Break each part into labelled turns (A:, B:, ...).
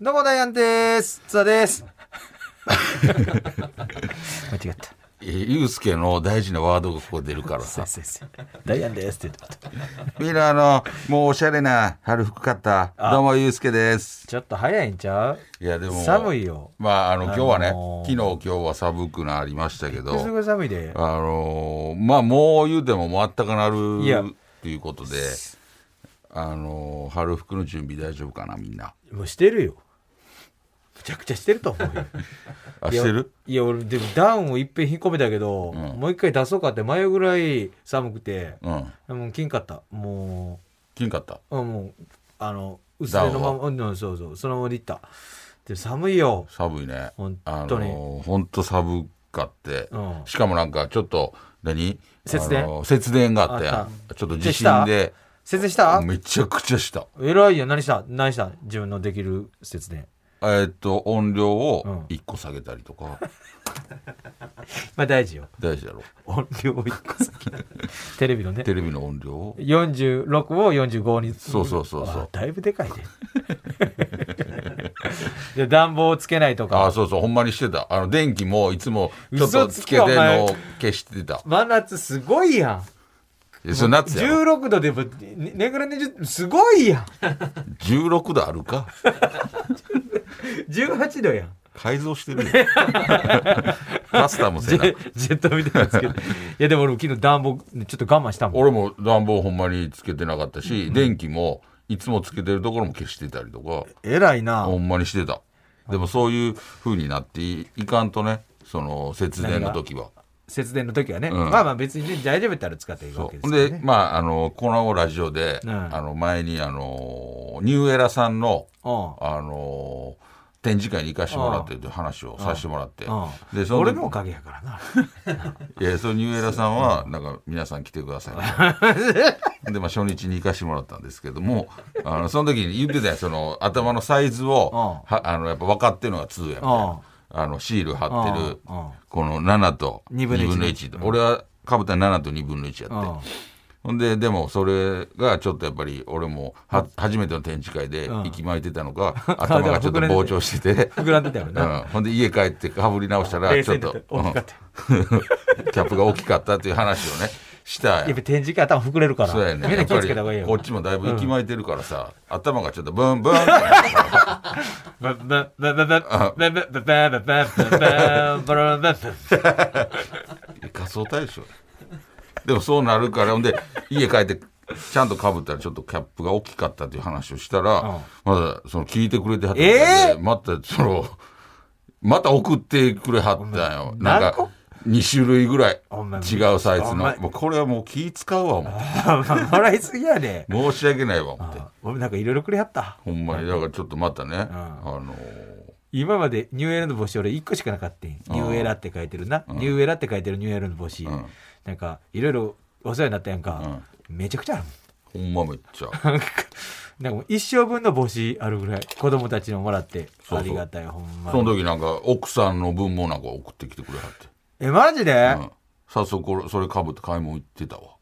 A: どうもダイアンです。津田です。 間違った。
B: えーゆうすけの大事なワードがここ出るからさ。
A: 先生。ダイアンですって言ってました
B: みんなあの、もうおしゃれな春服買った。どうもゆうすけです。
A: ちょっと早いんちゃう
B: いやでも、
A: 寒いよ
B: まああの、今日はね、
A: あのー
B: 昨日今日は寒くなりましたけ
A: す
B: ど、
A: ぐ寒いで。
B: あのーまあもう言うてももうあったかなる
A: いや
B: っていうことで、あのー春服の準備大丈夫かなみんな。
A: もうしてるよ。むちゃくちゃしてると思う よ。
B: あ、
A: いや
B: してる
A: いや、俺、でもダウンをいっぺん引っ込めたけど、
B: ん
A: もう一回出そうかって迷うぐらい寒くて、
B: うん。
A: もう金かった。も
B: 金買った。
A: う、あもう、あの、薄手のま
B: ダウン
A: ま、うん、そうそう、そのままでいった。で、寒いよ。
B: 寒いね。
A: 本
B: あ
A: 当に
B: のー本当寒かって、
A: うん
B: しかもなんかちょっと何
A: 節電
B: あのー節電があった
A: あ
B: や
A: っ
B: んちょっと地震で
A: 節電した
B: めちゃくちゃした
A: 偉いよ。何した何した自分のできる節電。
B: えーっと音量
A: うん
B: を1個下げたりとか、
A: まあ大事 よ。
B: 大事だろ
A: 音量を1個先 テレビのね
B: テレビの音量を
A: 46を45に
B: そうそうそうそう
A: あだいぶで かいねで暖房をつけないと
B: ああ
A: か
B: そうそうほんまにしてたあの電気もいつもちょっ
A: 嘘
B: と
A: つ
B: つ
A: け
B: けてんのを
A: お
B: 消してた
A: 真夏すごいやん
B: えそれ夏やろ
A: 16度でもねねぐらねじゅすごいやん
B: 16度あるか
A: 18度やん
B: 改造してるよ パスタも
A: ジ
B: せな
A: ェジェットみ たいなのつけていやでも俺昨日暖房ねちょっと我慢したもん
B: 俺も暖房ほんまにつけてなかったし、電気もいつもつけてるところも消してたりとか
A: えらいな
B: ほんまにしてたでもそういう風になっていいかんとねその節電の時は
A: 節電の時はね、
B: ん
A: まあまあ別にね大丈夫やったら使っていいわ
B: そ
A: けで
B: う
A: す
B: で,、
A: よね
B: まああのこのラジオで、
A: うん
B: あの前にあのニューエラさんの、
A: うん
B: あの展示会に行かしてもらってという話をさせてもらって、
A: うん
B: でそ
A: 俺
B: 時
A: のおかげやからな
B: いやそのニューエラさんはなんか皆さん来てください ねでまあ初日に行かしてもらったんですけどもあのその時に言ってたやんその頭のサイズを
A: う
B: はあのやっぱ分かってるのが2やみたいなあのシール貼ってる
A: うんうん
B: この7と
A: 2
B: 2
A: 分の1
B: 分の1と俺はかぶったら7と2分の1や
A: う
B: っ
A: ん
B: てほんででもそれがちょっとやっぱり俺もは初めての展示会で
A: ん
B: 息巻いてたの か頭がちょっ
A: 膨
B: と
A: らんで
B: 膨張して て。
A: 膨らんでたよ
B: う
A: な、
B: ん、ほんで家帰ってかぶり直したら
A: 冷
B: ちょ
A: 静
B: っ
A: にな
B: と
A: って大きかったよ
B: うんキャップが大きかったっていう話をねした
A: やっ
B: やん
A: ぱ展示会頭膨れるから
B: そうやね
A: みん
B: や
A: な
B: っ
A: 気を
B: ぱ
A: つ
B: り
A: けた方がいいよ
B: こっちもだいぶ息巻いてるからさ、頭がちょっとブンブン
A: バンバンバンバンバンバンバンバンバンバンバンバンバンバンバンバン
B: 仮装体でしょでもそうなるからほんで家帰ってちゃんとかぶったらちょっとキャップが大きかったっていう話をしたら、まだその聞いてくれてはったみたいで
A: え
B: またそのまた送ってくれはったんよな
A: 何
B: んか
A: 個
B: 2種類ぐらい
A: お前
B: 違うサイズ
A: お
B: の
A: 前
B: もうこれはもう気使うわ思って
A: もらいすぎやで
B: 申し訳ないわ思って
A: 俺なんかいろいろくれはった
B: ほんまにだからちょっとまたね、あの
A: 今までニューエラの帽子俺1個しかなかったんニューエラって書いてるなニューエラって書いてるニューエラの帽子
B: ん
A: なんかいろいろお世話になったやんかめちゃくちゃあるもん
B: ほんまめっちゃ
A: なんかなんかもう一生分の帽子あるぐらい子供たちのもらって
B: そうそう
A: ありがたいほんま
B: そ
A: に
B: の時なんか奥さんの分もなんか送ってきてくれはって、
A: えマジで
B: うん、早速これそれかぶって買い物行って たわ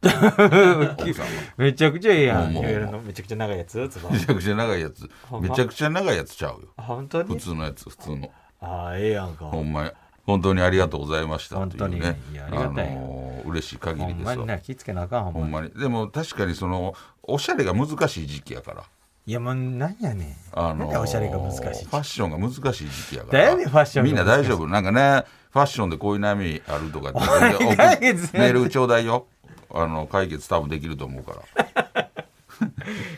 B: 奥さんは
A: めちゃくちゃええやん
B: もうもう
A: ニューエラのめちゃくちゃ長いやつつば
B: めちゃくちゃ長いやつめちゃくちゃ長いやつちゃうよ
A: 本当に
B: 普通のやつ普通の
A: ああええやんか
B: ほんまに本当にありがとうございましたっていう
A: 本
B: ね
A: 当にいやありがたいよ
B: のー嬉しい限
A: ほ
B: り
A: ん
B: です
A: ま
B: わ
A: にな気ぃつけなあかんほん
B: ほ
A: ま
B: ん
A: に
B: まにでも確かにそのおしゃれが難しい時期やから
A: いやもうなんやねん
B: あの
A: なんでおしゃれが難しい
B: ファッションが難しい時期やから
A: だよねファッションが
B: みんな大丈夫なんかねファッションでこういう悩みあるとかって
A: お 前解決せん
B: メールちょうだいよあの解決多分できると思うから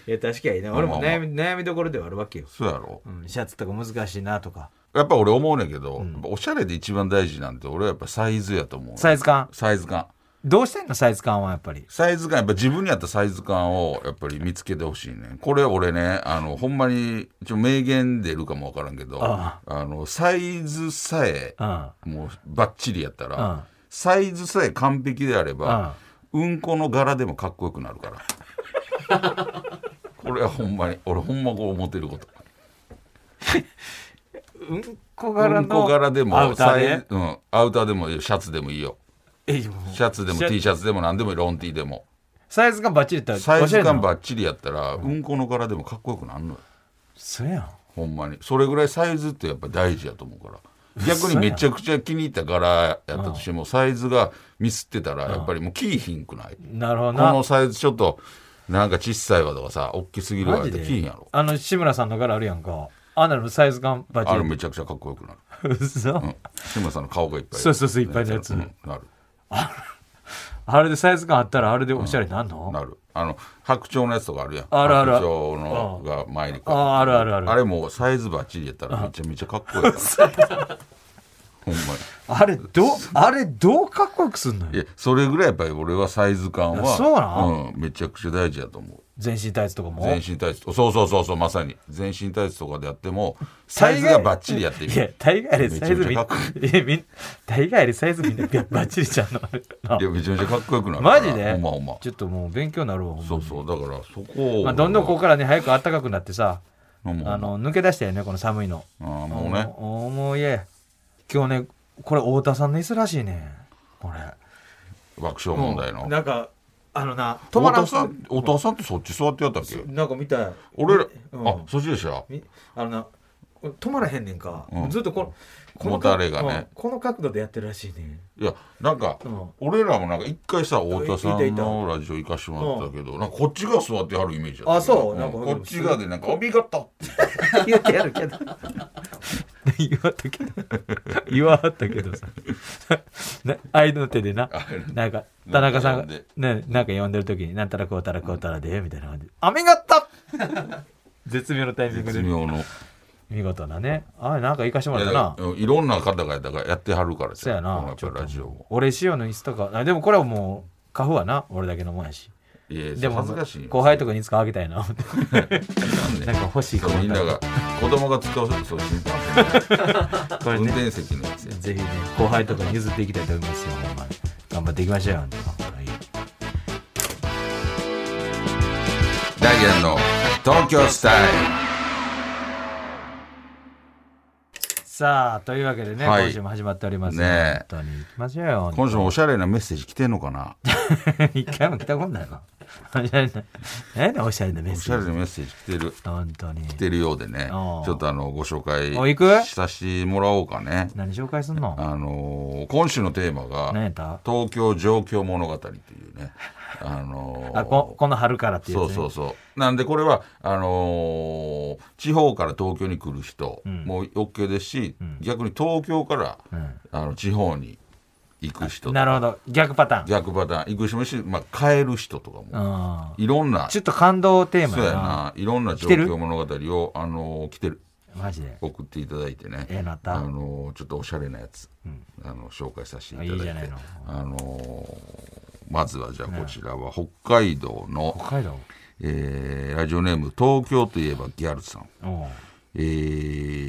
A: いや確かにね
B: ほ
A: 俺
B: んま
A: も悩み悩みどころではあるわけよ、
B: そうやろ
A: うん、シャツとか難しいなとか
B: やっぱ俺思うねんけど、やっぱおしゃれで一番大事なんて俺はやっぱサイズやと思う
A: サイズ感
B: サイズ感
A: どうしてんのサイズ感はやっぱり。
B: サイズ感やっぱ自分に合ったサイズ感をやっぱり見つけてほしいねこれ俺ねあのほんまにちょ名言出るかも分からんけど
A: あ
B: のサイズさえ
A: うん。
B: もうバッチリやったら、
A: うん
B: サイズさえ完璧であれば、うんこの柄でもかっこよくなるから これはほんまに俺ほんまこう思ってること
A: うんこ
B: う
A: 柄
B: んこ
A: の。
B: 柄でも
A: アウターで
B: サイうん、アウターでもいいよシャツでもいいよ
A: えいやもう
B: シャツでも
A: シャ
B: T シャツでも何でもいいロン T でも
A: サイズ感バッチリだった
B: サ
A: ら
B: イ
A: おしゃ
B: ズ
A: れなの。
B: 感バッチリやったら、うん、この柄でもかっこよくなるのよ
A: そうやん。
B: ほんまにそれぐらいサイズってやっぱ大事やと思うから逆にめちゃくちゃ気に入った柄やったとしてもサイズがミスってたらやっぱりもうキーひんくない
A: なるほど
B: こ
A: な
B: の。サイズちょっとなんか小さいわとかさ大きすぎるわ
A: マ
B: っ
A: ジ
B: て
A: で
B: 金やろ
A: あの志村さんの柄あるやんかあんなのサイズ感バ
B: あれ
A: ッ
B: めちゃくちゃかっこよくなる、
A: チリ嘘
B: うん、志村さんの顔がいっぱい
A: そうそうそういっぱいのやつ
B: うんなる
A: あれでサイズ感あったらあれでおしゃれになんの、
B: なるあの白鳥のやつとかあるやん
A: あるある
B: 白鳥のが前に
A: ああるあるある
B: あれもうサイズバッチリやったらめちゃめちゃかっこ いいからほんま
A: あれどうあれどうかっこよくすんの
B: にい
A: よ
B: やそれぐらいやっぱり俺はサイズ感は
A: あそうなん
B: うん、めちゃくちゃ大事やと思う
A: 全身タイツとかも
B: 全身タイツそうそうそうそうまさに全身タイツとかでやってもサイズがバッチリやって
A: い
B: み
A: や
B: る
A: 大概でサイズみ
B: めち
A: ん
B: ゃ
A: な
B: めちゃかっ
A: みん大概でサイズみんなバッチリちゃうのあれ ない
B: やめちゃめちゃかっこよくなるから
A: マジで
B: ほんまほんま
A: ちょっともう勉強になるわほんまに
B: そうそうだからそこを、
A: まあ、どんどんここからね早く暖かくなってさ
B: ほんまほ
A: あ
B: んま
A: の抜け出したよねこの寒いの
B: あーもうね
A: おおもういえ今日ねこれ太田さんの椅子らしいねこれ
B: 爆笑問題の
A: なんかあのな
B: 太田
A: ん
B: さん太田さんってそっち座ってやったっけ
A: なんか見たい
B: 俺ら、
A: うん
B: あそっちでした
A: みあのな止まらへんねんか、
B: うん
A: ずっとこのこの
B: もたれがね
A: うんこの角度でやってるらしいね
B: いやなんか、
A: うん
B: 俺らもなんか一回さ太田さ
A: いたい
B: ん
A: た
B: のラジオ行かしてもらったけど、なんかこっちが座ってはるイメージやった
A: あそう
B: うん
A: なんか
B: こっちがでなんか「お見事!」って
A: 言ってやるけど 言わはったけど 言わはったけどさ な相手の手でななんか田中さんが
B: なん
A: ね
B: か呼んで
A: なんか呼んでる時に「なんたらこうたらこうたらで」みたいな感じで「雨がった! 」 絶妙なタイミング
B: 絶
A: で
B: 妙のい
A: 見事なねあれなんか行かしてもらっ
B: や
A: た
B: だ
A: な
B: からうんいろんな方がだからやってはるから
A: そやな
B: やっぱりラジオも
A: 俺仕様の椅子とかあでもこれはもうカフはな俺だけのもんやし
B: いや
A: でも
B: 恥ずかしい
A: 後輩と
B: か
A: かにいつかあげたいな思ってなんか欲しい
B: そうみんなが子供が使うそう新幹線
A: これ
B: 運
A: ね
B: 転席のやつや
A: ぜひね後輩とかに譲っていきたいと思いますよほんまに頑張っていきましょうよ、はい
B: ダイアンの東京スタイル
A: さあというわけでね、
B: はい
A: 今週も始まっております
B: ねえ
A: 本当に行きましょうよ
B: 今週もおしゃれなメッセージ来てんのかな
A: 一回も来たことないなおしゃれな何だおしゃれなメッ
B: おし
A: セ
B: ゃ
A: ー
B: れ
A: ジ
B: なメッセージ来てる
A: 本当に
B: 来てるようでねち
A: あー
B: ょっとあのご紹介
A: お行く
B: させてもらおうかね
A: 何紹介すんの
B: あのー今週のテーマ
A: 何
B: が
A: やった
B: 「東京状況物語」っていうねあのー
A: あここの春からっていう
B: そ
A: や
B: う
A: つ、ね、
B: そうそうなんでこれはあのー地方から東京に来る人
A: ん
B: も OK ですし、
A: ん
B: 逆に東京から、
A: ん
B: あの地方に行く人
A: なるほど逆パターン
B: 逆パターン行く人もいるし、まあ、帰る人とかも、
A: うん
B: いろんな
A: ちょっと感動テーマ
B: そう
A: や
B: や
A: な
B: な、いろんな状
A: てる
B: 況物語を、あのー、来てる、
A: マジで
B: 送っていただいてね。
A: ええなった
B: あのー、ちょっとおしゃれなやつ、あの、紹介させていただいて。
A: いいじゃないの
B: あのー、まずはじゃあこちらは北海道の、
A: 北海道
B: えーラジオネーム東京といえばギャルさん、
A: おう
B: え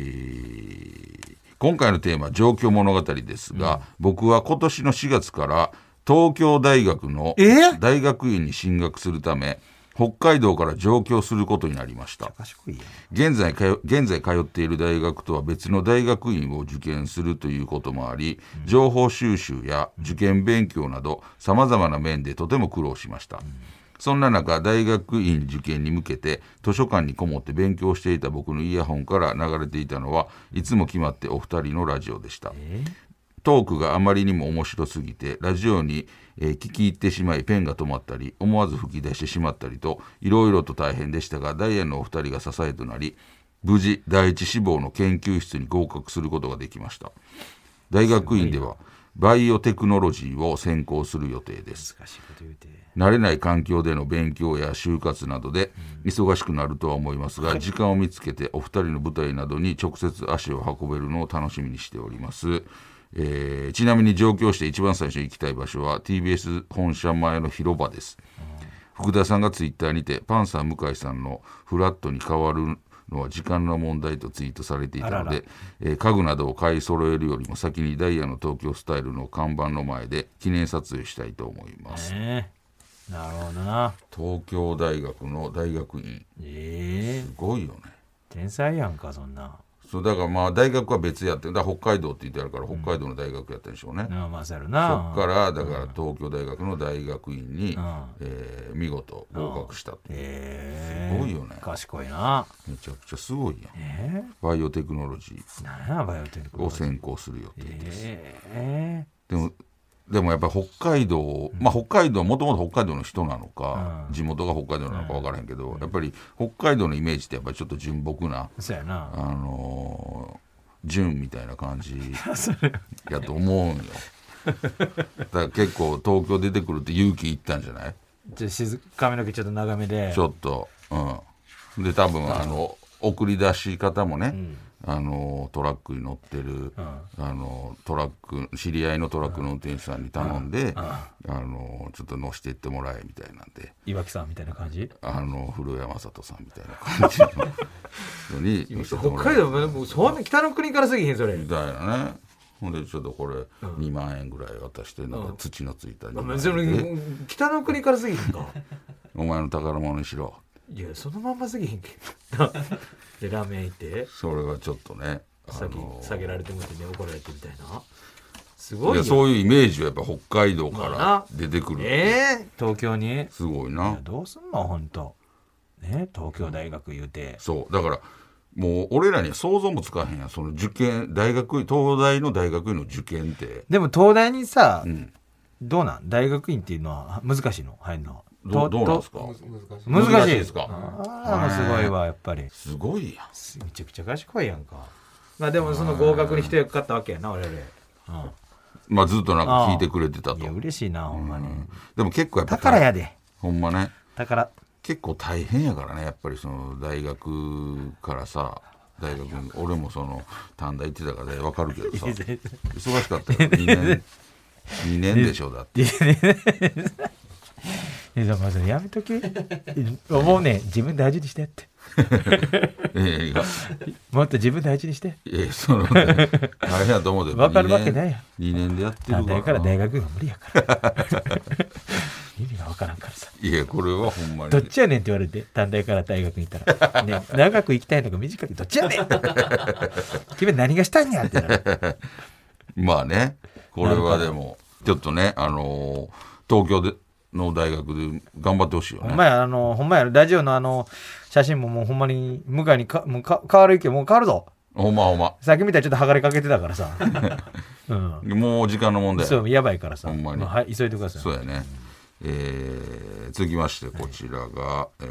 B: ー今回のテーマ「状況物語」ですが、僕は今年の4月から東京大学の
A: え
B: 大学院に進学するため北海道から上京することになりました
A: 賢いやん
B: 現在通現在通っている大学とは別の大学院を受験するということもあり情報収集や受験勉強などさまざまな面でとても苦労しましたそんな中大学院受験に向けて図書館にこもって勉強していた僕のイヤホンから流れていたのはいつも決まってお二人のラジオでしたトークがあまりにも面白すぎてラジオに、えー聞き入ってしまいペンが止まったり思わず吹き出してしまったりといろいろと大変でしたがダイアンのお二人が支えとなり無事第一志望の研究室に合格することができました大学院ではバイオテクノロジーを専攻する予定です
A: 難しいこと言うて
B: 慣れない環境での勉強や就活などで忙しくなるとは思いますが時間を見つけてお二人の舞台などに直接足を運べるのを楽しみにしております、えーちなみに上京して一番最初に行きたい場所は TBS 本社前の広場です福田さんがツイッターにてパンサー向井さんのフラットに変わるのは時間の問題とツイートされていたので
A: あらら
B: えー家具などを買い揃えるよりも先にダイヤの東京スタイルの看板の前で記念撮影したいと思います
A: ねえなるほどな
B: 東京大学の大学院
A: ええ
B: すごいよね
A: 天才やんかそんな
B: そうだからまあ大学は別やってるだから北海道って言ってあるから北海道の大学やったんでしょうね、
A: なあまあそうやろ
B: そ
A: な
B: っからだから東京大学の大学院に、
A: ん
B: えー見事合格したって
A: ええ
B: すごいよね
A: 賢いな
B: めちゃくちゃすごいやん
A: え
B: バイオテクノロジ
A: えなんやバイオテク
B: ーを専攻する予定
A: ええ
B: でもでもやっぱり北海道、まあ、北海道もともと北海道の人なのか、
A: うん
B: 地元が北海道なのか分からへんけど、やっぱり北海道のイメージってやっぱりちょっと純朴な、
A: そうや
B: あ
A: な
B: のー純みたいな感 じやと思うんよだから結構東京出てくるって勇気いったんじゃない
A: じゃあ静髪の毛ちょっと長めで
B: ちょっと、うん、で多分あの送り出し方もね、あのトラックに乗ってる、あのトラック知り合いのトラックの運転手さんに頼んで、あのちょっと乗してってもらえみたいなんで。
A: 岩木さんみたいな感じ
B: あの古山里さんみたいな感じののに乗せて
C: 北
B: もら
C: 海
B: え
C: 道もうそんな北の国からすぎへんそれ
B: みたいなねほんでちょっとこれ2万円ぐらい渡してなんか土のついた2万
C: それ
B: 円で
C: 北の国からすぎへんか
B: お前の宝物にしろ
C: いやそのまんますぎへん けどでラーメン屋行って
B: それがちょっとねあ
C: 下げ
B: の
C: 下げられてもってね怒られてみたいなす
B: い
C: ごい
B: や
C: よ
B: そういうイメージはやっぱ北海道
C: ま
B: か
C: あ
B: ら出てくる、
C: え
A: 東京に
B: すごい
A: いや
B: な
A: どうすんのほんとね東京大学言うて
B: そうだからもう俺らには想像もつかへんやんその受験大学院東大の大学院の受験って
A: でも東大にさ、
B: ん
A: どうなん大学院っていうのは難しいの入るのと
B: どどうなんですか
A: と難しい
B: ですか
A: ああもうすごいわやっぱり
B: すごいやん
A: すめちゃくちゃ賢いやんか、
C: ーまあでもその合格に一役買ったわけやな我々
A: う
B: まあずっとなんか聞いてくれてた
A: ん、
B: と
A: いや嬉しいなほんまに
B: うんでも結構やっぱ
A: だからやで
B: ほんまね
A: だから
B: 結構大変やからねやっぱりその大学からさ大学に俺もその短大行ってたからねわかるけどさ忙しかったよ2年2年でしょだって
A: えでもそれやめとけ思うねん自分大事にしてって
B: ええが
A: もっと自分大事にして
B: ええそのね大変やと思うで
A: わかるわけないやん
B: 2年でやってる
A: 短
B: から
A: 大から大学が無理やから 意味がわからんからさ
B: いやこれはほんまに
A: どっちやねんって言われて短大から大学に行ったら、ね、長く行きたいのか短くどっちやねん君は何がしたいんやってなる
B: まあねこれはでもちょっとねあのー東京での大学で頑張ってほしいよ
A: ほん
B: ね
A: まや、あの、ほんまや、ラジオのあの、写真ももうほんまに、向井にか、もうか変わる意見、もう変わるぞ。
B: ほんまほんま
A: さっきみたいにちょっと剥がれかけてた からさ。うん。
B: もう時間の問題
A: そう、やばいからさ。
B: ほんまに
A: もうはい、急いでください。
B: そうやね。えー続きましてこちらが、え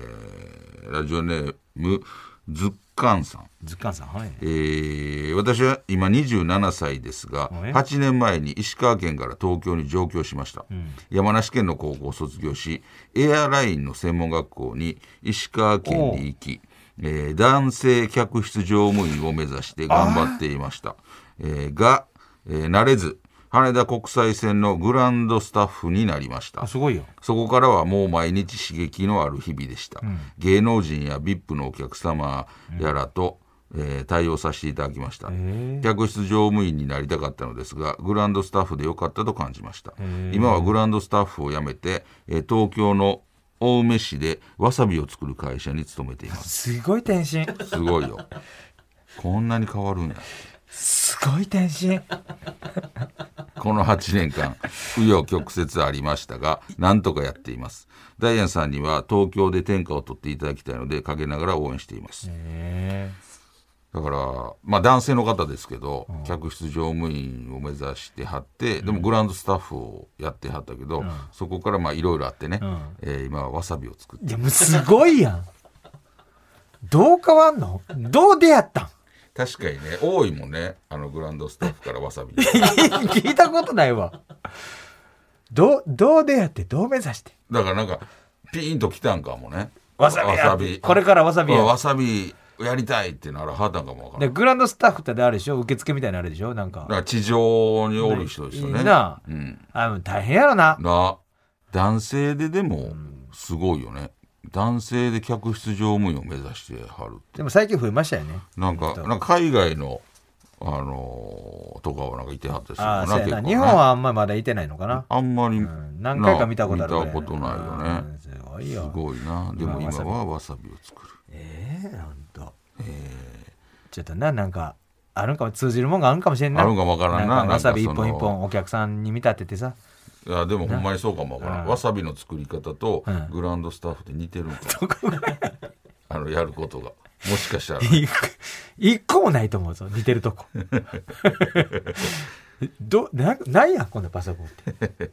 B: ーラジオネームずっかんさん。
A: ずっかんさん、はい。
B: えー私は今27歳ですが
A: はい
B: 8年前に石川県から東京に上京しました、山梨県の高校を卒業しエアラインの専門学校に石川県に行き、えー男性客室乗務員を目指して頑張っていました、えーが、えー慣れず羽田国際線のグランドスタッフになりました
A: あ、すごいよ。
B: そこからはもう毎日刺激のある日々でした。芸能人や VIP のお客様やらと、えー対応させていただきました。客室乗務員になりたかったのですが、グランドスタッフでよかったと感じました。今はグランドスタッフを辞めて、えー東京の青梅市でわさびを作る会社に勤めています。
A: すごい転身。
B: すごいよ。こんなに変わるんや。
A: すごい転 身。
B: この8年間、紆余曲折ありましたが、なんとかやっています。ダイアンさんには東京で天下を取っていただきたいので、陰ながら応援しています。
A: え
B: だから、まあ男性の方ですけど、客室乗務員を目指してはって、でもグランドスタッフをやってはったけど、そこからまあいろいろあってね、えー今はわさびを作って
A: え。いや、もうすごいやん。どう変わんのどう出会ったん
B: 確かにね、多いもんね、あのグランドスタッフからわさび。
A: 聞いたことないわ。どう、どう出会って、どう目指して。
B: だからなんか、ピーンときたんかもね。
A: わさびや
B: わさび
A: これからわさびや
B: うんわさびやりたいってならはたかもわから
A: で
B: んだ
A: グランドスタッフってあれでしょ受付みたいなのあれでしょなんか
B: から地上におる人ですよね
A: いいな
B: うん、
A: あの大変やろな
B: な男性ででもすごいよね男性で客室乗務員を目指してはる
A: でも最近増えましたよね
B: なんかなんか海外のあのーとかはなんかいてはったりする
A: ああ
B: かな
A: そう
B: 結
A: や
B: 構
A: な
B: ね
A: 日本はあんまりまだいてないのかな、
B: あんまり、
A: うん、何回か見たことあるぐら
B: 見
A: い
B: たことないよね、
A: うんすごい
B: す
A: よ
B: ごいなでも今
A: 今は
B: はわさびを作る
A: ええほんとちょっとななんかあるんかも通じるもんがあるんかもしれんな
B: あるんかもわからんな
A: なんかわさび一
B: なんかそ
A: 本
B: の
A: 一本お客さんに見立ててさ
B: いやでもほんまにそうかもわからん、
A: うん
B: わさびの作り方と
A: うん
B: グランドスタッフで似てるんか
A: どこが
B: な、あのやることがもしかしたら
A: 一個一個もないと思うぞ似てるとこ どなないやんこんなパソコンって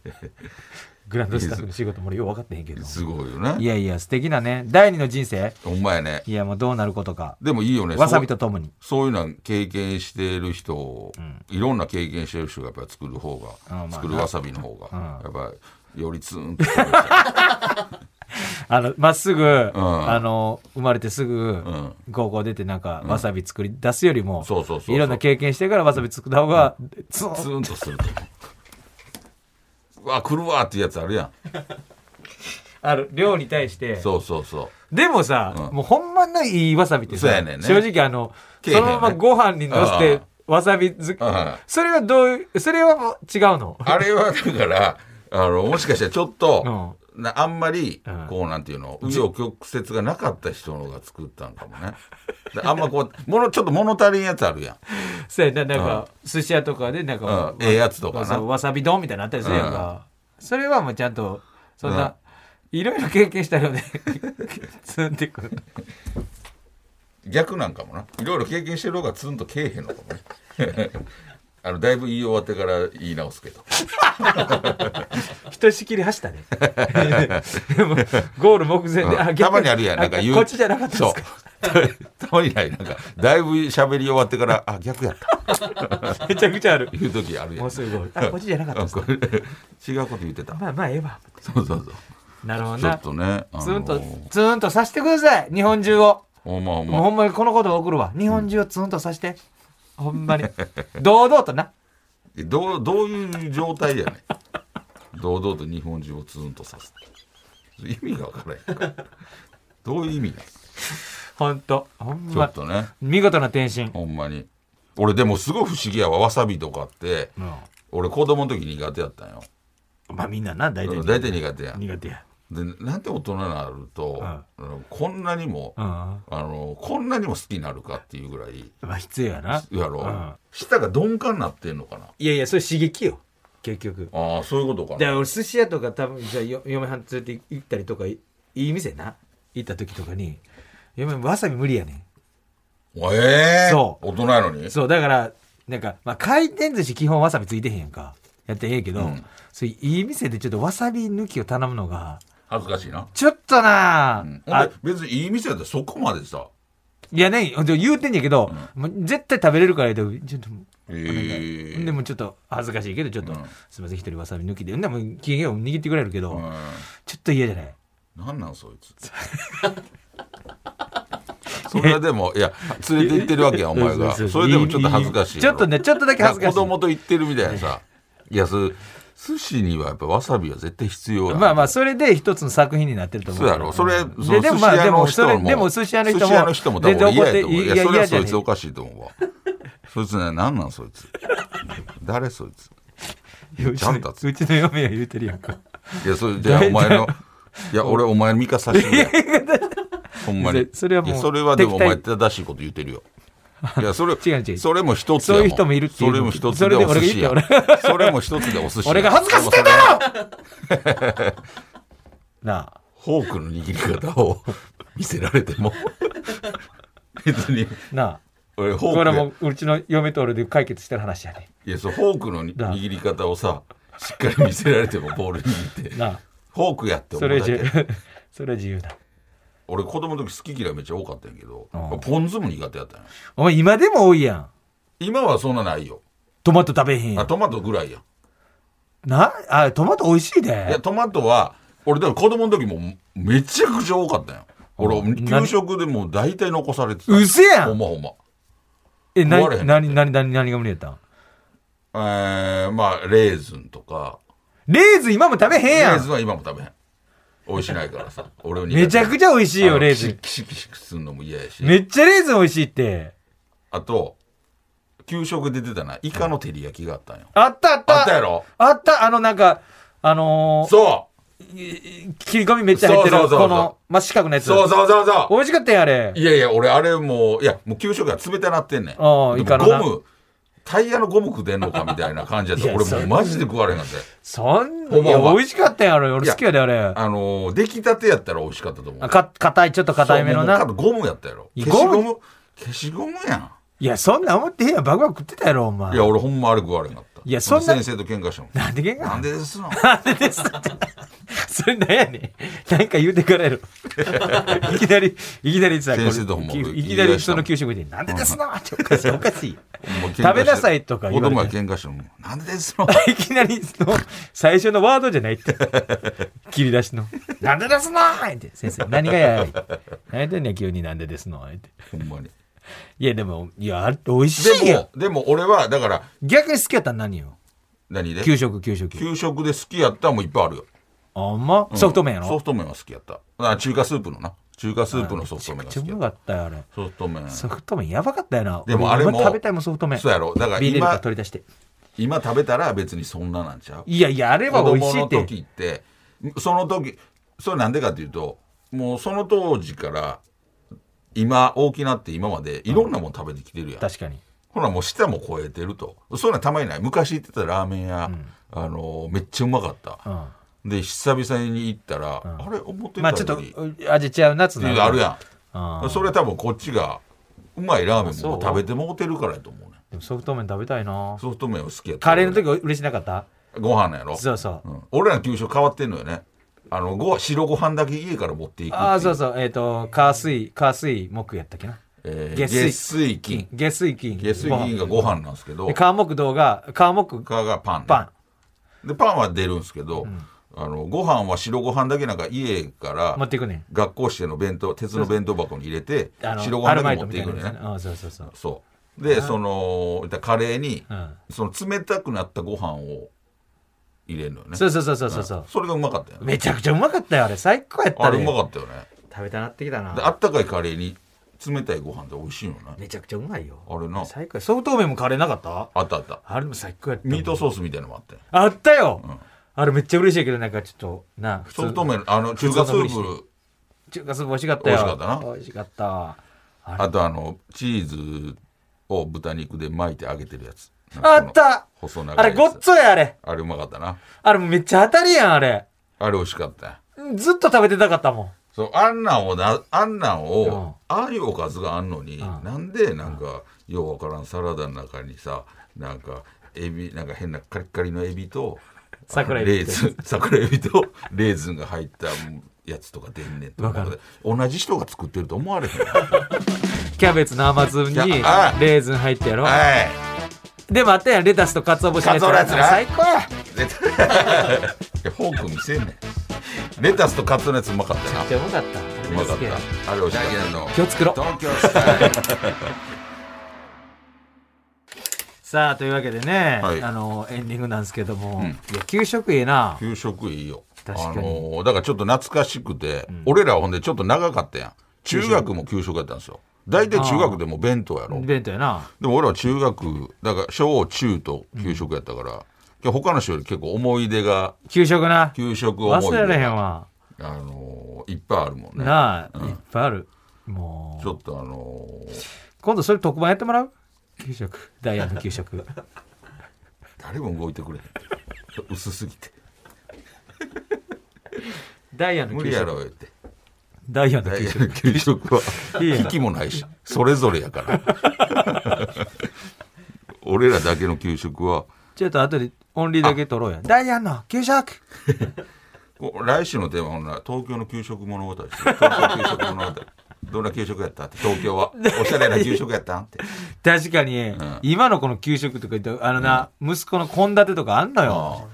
A: グランドスタッフの仕事も俺よう分かってへんけど
B: すごいよね
A: いやいや素敵なね第二の人生
B: ほんまやね
A: いやもうどうなることか
B: でもいいよね
A: わさびとともに
B: そういうのは経験してる人を、いろんな経験してる人がやっぱり作る方が、
A: うんまあ
B: 作るわさびの方が、やっぱりよりツーンとくる
A: あの、まっすぐ、
B: ん
A: あの、生まれてすぐ
B: ん、
A: 高校出てなんか、わさび作り出すよりも、
B: そうそうそうそう
A: いろんな経験してからわさび作った方が、ツン
B: ツーンとすると思ううわ来るわっていうやつあるやん
A: ある、量に対して。
B: そうそうそう
A: でもさ、
B: うん
A: もうほんまのいいわさびってさ
B: そうやねんね
A: 正直あの、
B: けえへん
A: そのままご飯にのせ
B: う
A: て
B: ん、
A: わさび漬け
B: うん、
A: それはどういう、それはもう違うの。
B: あれはだから、あの、もしかしたらちょっと、なあんまり
A: うん、
B: こうなんていうの、紆余曲折がなかった人のが作ったんかもね。であんまこう、もの、ちょっと物足りんやつあるやん。
A: そうやな、なんか、寿司屋とかで、なんか
B: うん、、ええやつとか
A: わさ
B: な。
A: わさび丼みたいなのあったりするやんか、それはもうちゃんとそんな、いろいろ経験したよね 積んでくる
B: 逆なんかもな。いろいろ経験してる方がツンとけえへんのかもね。 あの、だいぶ言い終わってから言い直すけど。
A: ひとしきり走ったねでもゴール目前で、 あ逆
B: たまにあるやん。なんか言う。
A: こっちじゃなかったですか
B: そう。 たまにない。なんか、だいぶ喋り終わってから、あ、逆やった。
A: めちゃくちゃある
B: 言う時あるや
A: も
B: ん
A: う。すぐあこっちじゃなかった
B: あ
A: です
B: こ
A: か
B: れ違うこと言ってた。
A: まあまあええわ
B: そうそうそう。
A: なるほど
B: ちょ
A: な
B: っとね、あのー
A: ツンとツンとさしてください日本中を
B: ほんまほん
A: もうほ
B: ま。
A: んまにこのことを送るわ日本中をツンとさして、ほんまに堂々とな
B: えどう、どういう状態やねん。堂々と日本中をツンとさす。意味がわからへんから。どういう意味だ
A: ほんとほん
B: ちょ
A: ま
B: っとね、
A: 見事な転身
B: ほんまに。俺でもすごい不思議やわ、わさびとかって、俺子供の時苦手やったんよ。
A: まあみんなな大体
B: 大体苦手やん。
A: 苦手や
B: で、なんで大人になると、あのこんなにも、
A: うん
B: あの、こんなにも好きになるかっていうぐらい、
A: まあ必要やな
B: やろ、
A: うん
B: 舌が鈍感になってんのかない
A: やいやそれ刺激よ結局
B: ああ、そういうことかな。
A: だから俺寿司屋とか多分じゃあよ嫁はん連れて行ったりとかいいい店な行った時とかに嫁わさび無理やね
B: ええ
A: そ
B: 大人やのに
A: んそうだからなんか、まあ、回転寿司基本わさびついてへんやんかやってへんやけど、
B: うん
A: そういい店でちょっとわさび抜きを頼むのが
B: 恥ずかしいな。
A: ちょっとなあ、
B: うん、
A: あ
B: 俺別にいい店だってそこまでさ。
A: いやねほんと言うてんやけど、もう絶対食べれるから言うとちょっと
B: ええ
A: でもちょっと恥ずかしいけどちょっと、
B: うん
A: すみません一人わさび抜きででも機嫌を握ってくれるけど、
B: うん。
A: ちょっと嫌じゃない
B: なんなんそい つ。それはでも、いや、連れて行ってるわけや、お前が。
A: ううう
B: それでもちょっと恥ずかしい
A: ちょっと
B: ね、
A: ねちょっとだけ恥ずかしい
B: 子供と行ってるみたいなさ。いや、そ寿司にはやっぱわさびは絶対必要や
A: まあまあそれで一つの作品になってると思
B: そううやろそれ、そ
A: でで
B: の寿
A: もま
B: 司
A: あ
B: 屋
A: で
B: の
A: もそ
B: 人
A: れ
B: も。
A: でも寿司屋の人も
B: 寿司屋の人も多
A: 全然
B: 分
A: 怒って
B: 嫌やと思う。い
A: いや
B: や、それはそい
A: 嫌じ
B: つ
A: ゃ
B: おかしいと思うわ。そいつね、なんなんそいつ。誰そいつ。
A: う
B: ちゃんと
A: ちのうちの嫁は言うてるやんか
B: いや、それじゃあお前の、いや、俺お前の味方させてく れ。ほんまに
A: そ。それはもう
B: いやそれはでもお前
A: 敵
B: 正しいこと言ってるよ。いや、それ、
A: 違う違う
B: それも一つや
A: そういう人もいるっていう
B: それも一つ
A: そ
B: で
A: れで
B: お
A: 俺が
B: 寿
A: 言っ
B: 司
A: て
B: や
A: 俺。
B: それも一つでお寿司や
A: 俺が恥ずかしいんだよなあ
B: フォークの握り方を見せられて も。別に、
A: な
B: 俺フ
A: あ
B: ォ
A: これは
B: ー
A: も
B: ク
A: ううちの嫁と俺で解決してる話やね
B: で、いや、そう、フォークのに
A: な
B: 握り方をさ、しっかり見せられてもボール握って、フ
A: なあ
B: ォークやって思
A: そうれ
B: だ
A: 自
B: け。
A: 由それは自由だ
B: 俺子供の時好き嫌いめっちゃ多かったんやけど
A: うん、
B: ポン酢も苦手やったんや。
A: お前今でも多いやん
B: 今はそんなないよ。
A: トマト食べへんや
B: あ
A: ん
B: トマトぐらいや。
A: なあトマト美味しい
B: いや
A: で
B: トマトは俺だから子供の時もめちゃくちゃ多かったよ。俺
A: な
B: 給食でもう大体残されてた
A: うせや
B: ほん
A: ん
B: まほんま
A: え、な
B: 壊れへん
A: なに、なに、なに、何が無理やったん
B: えー、まあレーズンとか
A: レーズン今も食べへん
B: レ
A: や
B: ーズン
A: ん
B: は今も食べへん美味しないからさ俺に
A: めちゃくちゃ美味しいよ、レーズ
B: キ
A: ン。
B: シキシキシするのも嫌やし
A: めっちゃレーズン美味しいって。
B: あと給食で出たなイカの照り焼きがあったんよ
A: あったあった
B: あったやろ
A: あったあの、なんか、あのー、
B: そ
A: 切り込みめっちゃ入ってる、
B: そうそうそうそう
A: この、まあ、四角のや
B: う
A: つ。
B: そうそうそうそう
A: 美味しかったやん、あれ。
B: いやいや、俺、あれもう、いや、もう給食が冷たなってんねん。
A: ああ
B: でも
A: イカのな
B: ゴム、タイヤのゴム食うてんのかみたいな感じやっ
A: い
B: た。
A: や
B: 俺、
A: そ
B: も
A: れ
B: うマジで食われへんかった。
A: そんな、
B: ほん
A: い
B: まほんま
A: や、美味しかったやん、あれ。俺好きやで、あれ。
B: あのー、出来たてやったら美味しかったと思う。
A: あか、硬い、ちょっと硬いめの
B: そう
A: な
B: もう。もうゴムやったやろ。
A: い
B: 消
A: や
B: しゴ
A: ゴ
B: ム、消しゴムやん。
A: いや、そんな思ってへんやん。バクバク食ってたやろ、お前
B: い。や、俺、ほんまあれ食われへんかった。
A: いやそんな
B: 先生と喧嘩したもん。
A: なんでけん
B: な
A: か
B: ん。でですの
A: それなんやねん。なんか言うてからやろ。 いきなり、いきなりさ、これ
B: 先生とほんま
A: いいきなり人の給食で、なんでですのっておかしい、おかしい。
B: 食
A: 食べなさいとか言
B: 言わ
A: わ
B: れ
A: れ
B: て
A: て
B: 子供が喧嘩してもなんでで すの
A: いきなり、その、最初のワードじゃないって。切り出しの。なんでですのって、先生、何がやい。何やってんねん、急になんでですのって。
B: ほんまに
A: いや、でも、いや、あれ美味しい
B: で
A: よ
B: も。でも俺はだから
A: 逆に好きやったら何よ。
B: 何で
A: 給食、給食。
B: 給食で好きやったらもういっぱいあるよ
A: あんまソフト麺やろ
B: ソフト麺は好きやったあ中華スープのな中華スープのソフト麺が
A: め
B: 好
A: っちゃう
B: きや
A: ま
B: った
A: かったよ、あれ。
B: ソフト麺
A: ソフト麺やばかったよな。
B: でも
A: 俺
B: あれも
A: 今食べたいもんソフト麺。
B: そうやろだから
A: ビニールから
B: 今
A: 取り出して。
B: 今食べたら別にそんななんちゃう
A: いやいや、あれ
B: 子
A: は美味
B: 供
A: しい
B: の
A: って。
B: 時ってその時それなんでかっていうともうその当時から今大きなって今までいろんなもん食べてきてるやん、
A: 確かに。
B: ほらもう舌も超えてるとそういうのはたまにない昔行ってたラーメン屋、あのめっちゃうまかった、
A: うん。
B: で久々に行ったら、あれ思って
A: ま
B: たより、
A: あちょっと味違うなっつう
B: っ
A: の
B: て
A: は
B: いうのあるや
A: あ
B: んそれ多分こっちがうまいラーメンも食べてもうてるからやと思うね
A: でもソフト麺食べたいな。
B: ソフト麺を好きやった
A: カレーの時嬉しなかった
B: ご飯なんやろ
A: そうそう。
B: ん俺らの給食変わってんのよねあのご白ご飯だけ家から持っていくってい
A: ああ、そうそう。えっ、と、火水、火水木やったっけな。
B: えー
A: 月水
B: 月水金
A: 下水金。
B: 月水金がご飯なんですけど
A: で、川木道が、川木
B: 他がパンね
A: パン。
B: でパンは出るんですけど、あのご飯は白ご飯だけなんか家から
A: 持っていくねん。
B: 学校指定の弁当鉄の弁当箱に入れて
A: あ
B: 白ご
A: ア
B: 飯
A: ル
B: だ
A: バ
B: け
A: イ
B: 持
A: ト
B: っ
A: み
B: て
A: たい
B: いく
A: な
B: の
A: や
B: よ
A: つね。ああ、そ
B: ね
A: うそうそう。
B: そうでその言ったらカレーに、
A: うん。
B: その冷たくなったご飯を入れるのよね
A: そうそうそうそうそうそう。
B: それがうまかったよね
A: めちゃくちゃうまかったよ、あれ。最高やった
B: あ
A: で
B: れうまかったよね
A: 食べたなってきた
B: であ
A: な。
B: ったかいカレーに冷たいご飯って美味しいよね
A: めちゃくちゃうまいよ。
B: あれな
A: 最高やソフト麺もカレーなかった
B: あったあった
A: あれも最高やった。
B: ミートソースみたいなのもあって
A: あったよ、あれめっちゃ嬉しいけど、なんかちょっと、な、普
B: ソフト麺あの中華ス
A: 普通の
B: ープ
A: 中華スープ美味しかったよ。
B: 美味しかったな
A: 美味しかった。あれ
B: あとあのチーズを豚肉で巻いて揚げてるやつ
A: あった
B: 細長いやつ
A: あれごっついあれ。
B: あれうまかったな
A: あれもうめっちゃ当たりやん、あれ。
B: あれ美味しかったよ
A: ずっと食べてたかったもん。
B: そうあんなんをなあんなんを、
A: うん
B: ああいうおかずがあんのに、なんでなんか、ようわからんサラダの中にさなんかエビなんか変なカリッカリのエビと
A: 桜エ
B: レ
A: ビ
B: ー
A: って
B: ズン 桜エビとレーズンが入ったやつとか出んねんと
A: わかる
B: 同じ人が作ってると思われへん
A: キャベツの甘酢に
B: いや
A: レ
B: あ
A: ーズン入ってやろ。
B: はい
A: でもあったやん、レタスと鰹節の
B: 鰹のやつな
A: 最 高や。
B: レタいやフォーク見せんねんレタスとカツのやつうまかったな
A: めっちゃうまかった。
B: うまかったあれ美味しかったの
A: 気をつけろ。
B: 東京スタイル
A: さあというわけでね、
B: はい
A: あのエンディングなんですけども、い
B: ん
A: や給食いいな
B: 給食いいよ
A: 確かに
B: あのーだからちょっと懐かしくて、俺らはほんでちょっと長かったやん中学も給食やったんですよ大体中学でも弁当やろで
A: 弁当やな
B: も俺は中学だから小中と給食やったから、今日他の人より結構思い出が
A: 給食な
B: 給食思い
A: 忘
B: 出
A: れ
B: が
A: られへんわ、
B: あのーいっぱいあるもんね
A: なあ、いっぱいあるも
B: ち
A: う
B: ょっとあのー
A: 今度それ特番やってもらう給食ダイヤの給食
B: 誰も動いてくれへん薄すぎて
A: ダイヤの
B: 無
A: 給
B: 理や
A: 食
B: ろ言って
A: ダイヤの
B: 大
A: 給食
B: 変 給食はい
A: や
B: 息もないしそれぞれやから 俺らだけの給食は
A: ちょっと後でオンリーだけ取ろうやダイヤの給食
B: こ来週のテーマはほんなら東京の給食物語ですよ東京給食物語どんな給食やったって東京はおしゃれな給食やったんって
A: 確かに、
B: ん
A: 今のこの給食とか言ったらあのな、息子の献立とかあんのよ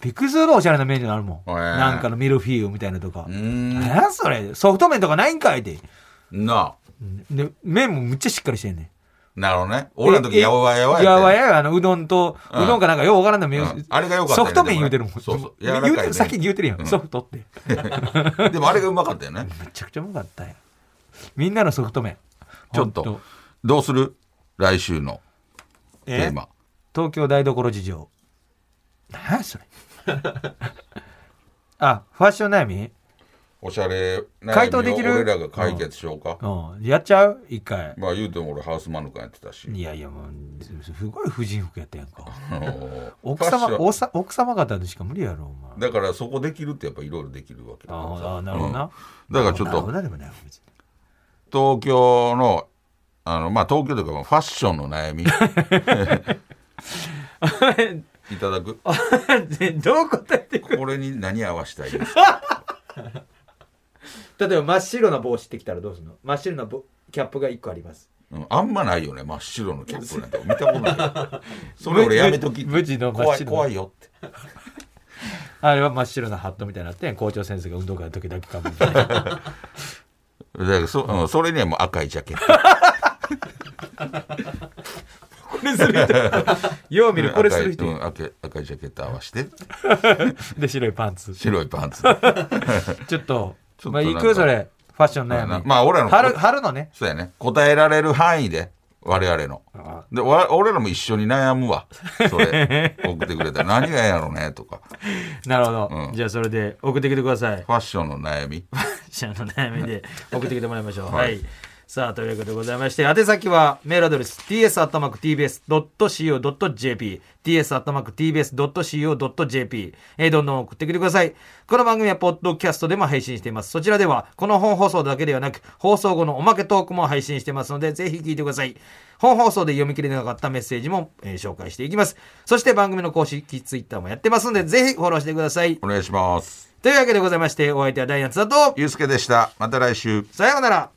A: ピクズーのおしゃれなメニューあるもん。
B: へえ
A: なんかのミルフィーユみたいなとか。
B: うーん
A: 何やそれソフト麺とかないんかいって。
B: なあ
A: で、麺もむっちゃしっかりしてんねん。
B: なるほどね俺らの時
A: ええ
B: やわやわ
A: や
B: や
A: わ
B: わ
A: やわあの、うどんと、
B: うん
A: うどんかなんかようわからんの、
B: うんあれがよかっ
A: ソ
B: たよね
A: フト麺言うてるもん。
B: でもねそうそう柔らか
A: 言
B: いね
A: うてる、先に言うてるやん。ソフトって。
B: でもあれがうまかったよ ね
A: めちゃくちゃうまかったよ。みんなのソフト麺。
B: ちょっと
A: ほん
B: どうする来週のテ
A: え
B: ーマ
A: 東京台所事情。何やそれ。あ、ファッション悩み
B: おしゃれ悩みを
A: 回答できる
B: 俺らが解決しようか、
A: うん。やっちゃう一回。
B: まあ言うても俺ハウスマヌカンやってたし
A: いやいや、もう、すごい婦人服やったやんか。
B: あの
A: 奥
B: ファッシ
A: 様、
B: ョン
A: おさ奥様方でしか無理やろ、お前。
B: だからそこできるってやっぱいろいろできるわけだからさ
A: ああ、なるほどな。
B: だからちょっ
A: なるほど
B: と
A: なでもない別に
B: 東京のあのまあ東京というかまあファッションの 悩みいただく
A: どう答えて
B: これに何合わせたいです
A: 例えば真っ白な帽子ってきたらどうするの真っ白なぼキャップが1個あります
B: うんあんまないよね真っ白のキャップなんて見たことない それ俺やめとき
A: 無地の真っ
B: 怖い
A: 白
B: 怖いよって
A: あれは真っ白なハットみたいになって校長先生が運動会の時だけかぶるみたいな
B: だからそ,、うん、それにはもう赤いジャケット
A: これする人 よう見るこれする人
B: うん赤いうん赤い赤いジャケット合わせて
A: で 白いパンツ
B: 白いパンツ
A: ちょっと
B: ちょっと
A: まあ
B: なん
A: 行
B: か
A: くそれファッション
B: まあ
A: 悩
B: な
A: み
B: まあ俺らの
A: 春春のね
B: そうやね答えられる範囲で我々の
A: あ
B: でわ俺らも一緒に悩むわそれ送ってくれたら何がええやろねとか
A: なるほど、
B: うん
A: じゃあそれで送ってきてください
B: ファッションの悩み
A: 者の悩みで 送ってきてもらいましょう。は、
B: はいい
A: さあ、というわけでございまして、宛先はメールアドレス ts.tbs.co.jp ts.tbs.co.jp えーどんどん送ってきてください。この番組はポッドキャストでも配信しています。そちらでは、この本放送だけではなく、放送後のおまけトークも配信してますので、ぜひ聞いてください。本放送で読み切れなかったメッセージも、えー紹介していきます。そして番組の公式ツイッターもやってますので、ぜひフォローしてください。
B: お願いします
A: というわけでございまして、お相手はダイアンツだと、
B: ゆうすけでしたまた来週
A: さようなら。